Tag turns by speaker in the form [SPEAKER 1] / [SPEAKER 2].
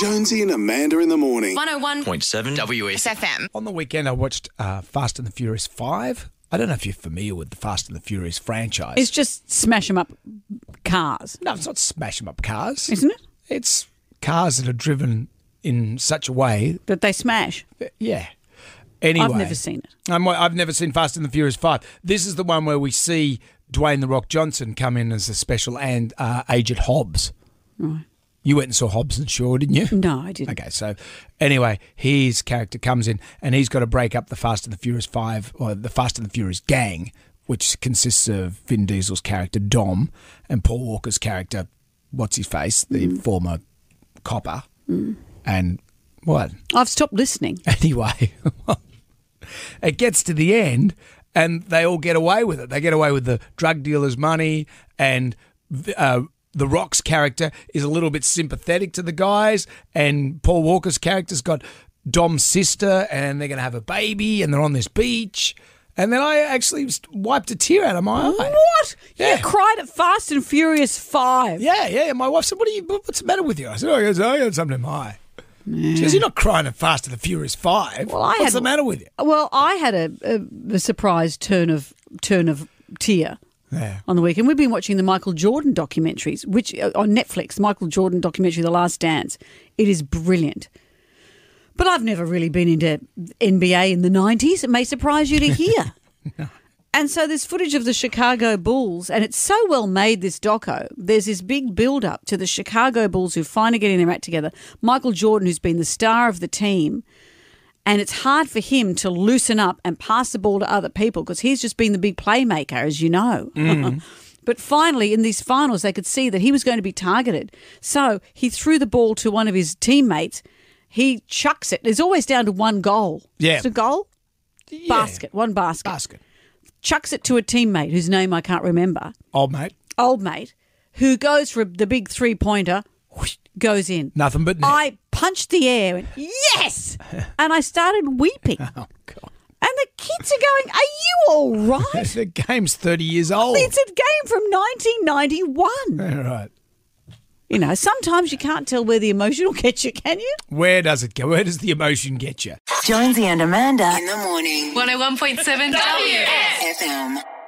[SPEAKER 1] Jonesy and Amanda in the morning.
[SPEAKER 2] 101
[SPEAKER 3] 101.7 WS.
[SPEAKER 2] SFM.
[SPEAKER 4] On the weekend, I watched uh, Fast and the Furious 5. I don't know if you're familiar with the Fast and the Furious franchise.
[SPEAKER 5] It's just smash them up cars,
[SPEAKER 4] no, it's not smash 'em up cars.
[SPEAKER 5] isn't it?
[SPEAKER 4] It's cars that are driven in such a way.
[SPEAKER 5] That they smash.
[SPEAKER 4] that- yeah. Anyway,
[SPEAKER 5] I've never seen it.
[SPEAKER 4] I'm, I've never seen Fast and the Furious 5. This is the one where we see Dwayne The Rock Johnson come in as a special and uh, agent Hobbs.
[SPEAKER 5] Right.
[SPEAKER 4] You went and saw Hobbs and Shaw, didn't you?
[SPEAKER 5] No, I didn't.
[SPEAKER 4] Okay, so anyway, his character comes in and he's got to break up the Fast and the Furious Five or the Fast and the Furious gang, which consists of Vin Diesel's character Dom and Paul Walker's character, what's his face, the former copper, and what?
[SPEAKER 5] I've stopped listening.
[SPEAKER 4] Anyway, it gets to the end and they all get away with it. They get away with the drug dealer's money and the, uh, the Rock's character is a little bit sympathetic to the guys and Paul Walker's character's got Dom's sister and they're going to have a baby and they're on this beach. And then I actually wiped a tear out of my eye.
[SPEAKER 5] What?
[SPEAKER 4] Yeah.
[SPEAKER 5] You cried at Fast and Furious 5.
[SPEAKER 4] Yeah, yeah. My wife said, "What are you? What's the matter with you?" I said, "Oh, I got- I got something in my eye." She goes, "You're not crying at Fast and the Furious 5.
[SPEAKER 5] Well, I
[SPEAKER 4] what's
[SPEAKER 5] had-
[SPEAKER 4] the matter with you?"
[SPEAKER 5] Well, I had a, a, a surprise turn of turn of tear
[SPEAKER 4] Yeah.
[SPEAKER 5] on the weekend. We've been watching the Michael Jordan documentaries, which uh, on Netflix, Michael Jordan documentary, The Last Dance. It is brilliant. But I've never really been into NBA in the 90s. It may surprise you to hear. And so there's footage of the Chicago Bulls, and it's so well made, this doco. There's this big build up to the Chicago Bulls who finally getting their act together. Michael Jordan, who's been the star of the team, and it's hard for him to loosen up and pass the ball to other people because he's just been the big playmaker, as you know. but finally, in these finals, they could see that he was going to be targeted. So he threw the ball to one of his teammates. He chucks it. It's always down to one goal.
[SPEAKER 4] Yeah.
[SPEAKER 5] It's a goal, basket, one basket.
[SPEAKER 4] basket.
[SPEAKER 5] Chucks it to a teammate whose name I can't remember,
[SPEAKER 4] Old mate,
[SPEAKER 5] old mate, who goes for the big three pointer, goes in.
[SPEAKER 4] nothing but net.
[SPEAKER 5] I punched the air and yes, and I started weeping.
[SPEAKER 4] oh god,
[SPEAKER 5] And the kids are going, Are you all right?
[SPEAKER 4] the game's thirty years old.
[SPEAKER 5] It's a game from 1991.
[SPEAKER 4] All right,
[SPEAKER 5] You know, sometimes you can't tell where the emotion will get you, can you?
[SPEAKER 4] where does it go? Where does the emotion get you?
[SPEAKER 6] Jonesy and Amanda.
[SPEAKER 7] In the morning.
[SPEAKER 2] 101.7 W.
[SPEAKER 7] FM.